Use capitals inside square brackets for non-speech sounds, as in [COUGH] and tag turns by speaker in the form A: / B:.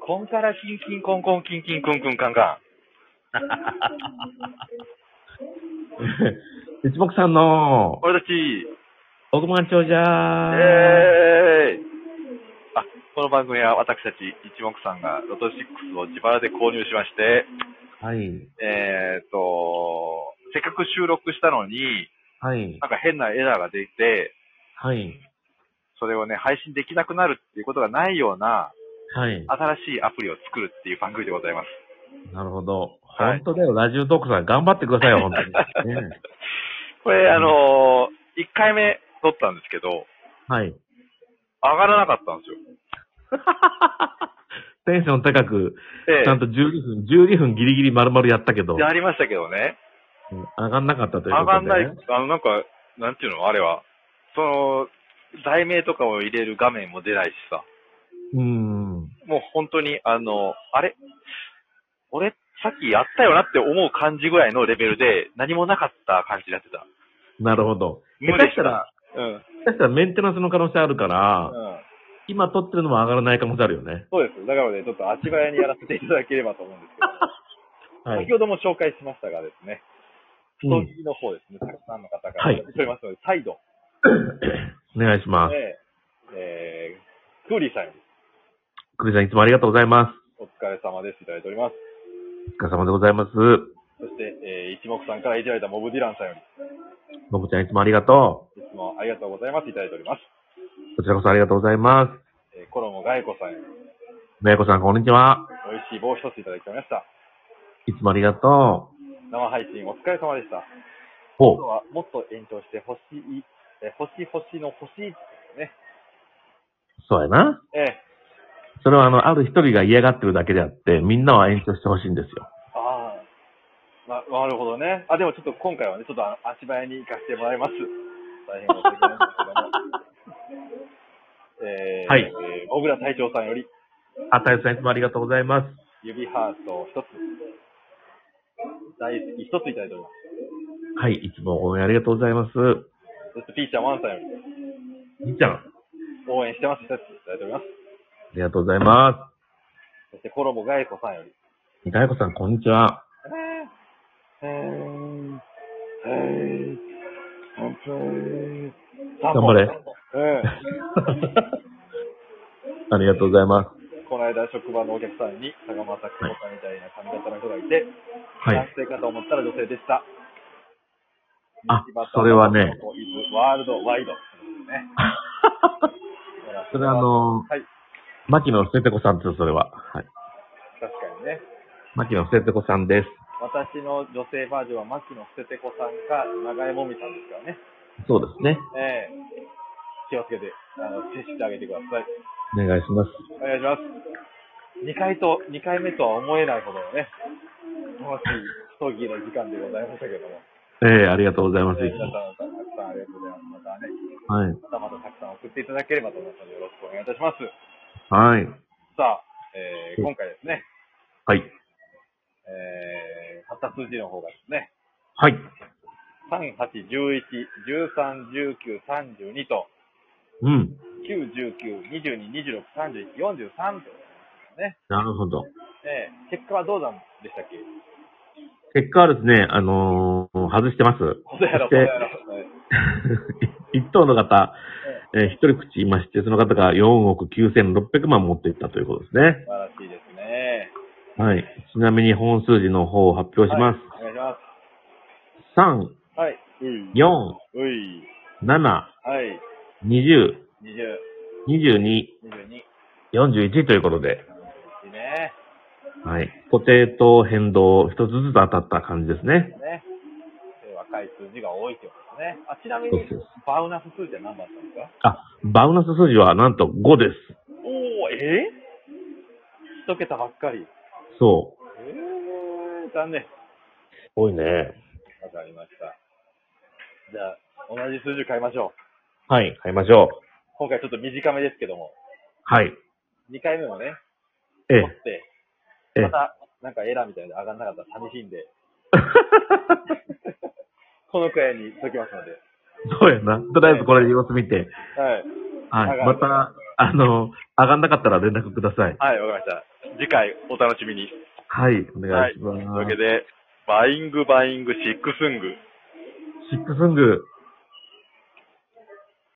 A: コンカラキンキンコンコンキンキンクンクンカンカ
B: [LAUGHS] 一目さんの
A: ン。、俺たち、
B: 億万長者
A: イェーイあ、この番組は私たち一目さんがロト6を自腹で購入しまして、
B: はい。
A: えーっと、せっかく収録したのに、
B: はい。
A: なんか変なエラーが出て、
B: はい。
A: それをね、配信できなくなるっていうことがないような、
B: はい。
A: 新しいアプリを作るっていう番組でございます。
B: なるほど。
A: はい
B: 本当だよ、ラジオトークさん。頑張ってくださ
A: [LAUGHS]
B: いよ、本当に。ね
A: これ、あのー、1回目撮ったんですけど、
B: はい。
A: 上がらなかったんですよ。
B: テンション高く、
A: ええ
B: ちゃんと12分、12分ギリギリ丸々やったけど、
A: やりましたけどね。
B: うん上がんなかったという
A: 上
B: こ
A: が
B: とで、
A: ん
B: ね。
A: ない、あの、なんか、なんていうのあれは。その、題名とかを入れる画面も出ないしさ。
B: うん。
A: もう本当に、あの、あれ俺、さっきやったよなって思う感じぐらいのレベルで、何もなかった感じになってた。
B: なるほど。
A: 無
B: 下
A: で
B: 手
A: し
B: したら、
A: た。うん。
B: 下手したらメンテナンスの可能性あるから、
A: うん。
B: 今撮ってるのも上がらない可能性あるよね。
A: そうです。だからね、ちょっと足早にやらせていただければと思うんですけど。
B: はい
A: 先。ほども紹介しましたがですね、
B: う
A: 将
B: ん
A: 棋の方ですね、たくさんの方か
B: は
A: ら
B: い
A: いらっしゃいますので、再度、
B: お願いします。
A: ねえー、クーリーさんより
B: クリちゃんいつもありがとうございます。
A: お疲れ様ですいただいております。
B: お疲れ様でございます。
A: そして、えー、一目さんからいただいたモブディランさんより、
B: のぶちゃんいつもありがと
A: いつもありがとうございますいただいております。
B: う。こちらこそありがとうございま
A: えー、コロモガエコさんより、
B: す。めやこさんこんにちは。
A: 美味しい棒一ついただきました。
B: いつもありがとう。
A: 生配信お疲れ様でした。
B: ほ
A: 今度
B: う。
A: はもっと延長して、星い、えー、星星の星、ね、
B: そうやな。
A: えー、
B: それはあの、ある一人が嫌がってるだけであって、みんなは延長してほしいんですよ。
A: ああ。な、なるほどね。あ、でもちょっと今回はね、ちょっとあ足早に行かせてもらいます。大変申し訳ないんですけども。えー、
B: はい
A: えー小倉隊長さんより、
B: あたいさんいつもありがとうございます。
A: 指ハート一つ、大好き一ついただいておりま
B: はい、いつも応援ありがとうございます。
A: す。そして、ピーちゃんワンさんより、
B: みっちゃん、あ
A: 応援してます一ついただいております。
B: りがとうございま
A: そして、コロボガエコさんより、
B: す。みかやこさんこんにち [LAUGHS] は。
A: えー、えー、乾杯
B: 頑張れ
A: うん。
B: ありがとうございます。
A: この間、職場のお客さんに、坂本久保さんみたいな髪型の人がいて、
B: はい
A: 男。性かと思ったら女性でした。
B: あそれはね。 [LAUGHS]
A: ワールドワイド。ね。
B: それはあ、の
A: はい。
B: 牧野捨て子さんですよ、それは。はい。
A: 確かにね。
B: 牧野捨て子さんです。
A: 私の女性バージョンは、牧野捨て子さんか、長江もみさんですからね。
B: そうですね。
A: ええ気をつけて、あの、接してあげてください。
B: お願いします。
A: お願いします。2回と、2回目とは思えないほどのね、楽しい討議の時間でございましたけども。
B: ええありがとうございます。
A: えー皆さん、たくさんありがとうございます。またね、
B: はい。
A: またまたたくさん送っていただければと思いますので、よろしくお願いいたします。
B: はい。
A: さあ、えー今回ですね、
B: はい。
A: えー、買った数字の方がですね、
B: はい。
A: 3、8、11、13、19、32と、
B: うん。
A: 9、19、22、26、31、43と、ね、
B: なるほど。
A: えー結果はどうなんでしたっけ
B: 結果はですね、あのー外してます。
A: ことやろ、ことや
B: そし
A: ろ。
B: て、
A: えー
B: [LAUGHS] 一等の方、えー一人口いまして、その方が4億9600万持っていったということですね。
A: 素晴らしいですね。
B: はい。ちなみに本数字の方を発表します。
A: はい、お願いしま
B: 3、
A: す。はい。うい。
B: 4、
A: うい。
B: 7、
A: はい。
B: 20、
A: 20、
B: 22、
A: 22。
B: 41ということで、
A: いいね。
B: はい。固定と変動、一つずつ当たった感じですね。
A: ね。えー若い数字が多いってことですね。あ、ちなみ
B: そう
A: に
B: そう、
A: バウナス数字は何番だったんですか
B: あ、バウナス数字はなんと5です。
A: おー、えー、一桁ばっかり。
B: そ
A: えー、残念。
B: う。多いね。
A: わかりました。じゃあ、同じ数字買いましょう。
B: はい。買いましょう。
A: 今回ちょっと短めですけども、
B: はい。
A: 2回目もね、
B: え
A: 取っ
B: [LAUGHS]
A: て、
B: え。ええ
A: また、なんかエラーみたいで上がんなかったら寂しいんで、このくらいにしときますので。
B: そうやな。とりあえずこれで様子見て。
A: はい。
B: はい。
A: 上
B: ま
A: が
B: た、あの、上がんなかったら連絡ください。
A: はい、わかりました。次回お楽しみに。
B: はい、お願いし
A: と
B: ま
A: いう
B: す。
A: わけで、バイングバイングシックスング。
B: シックスング。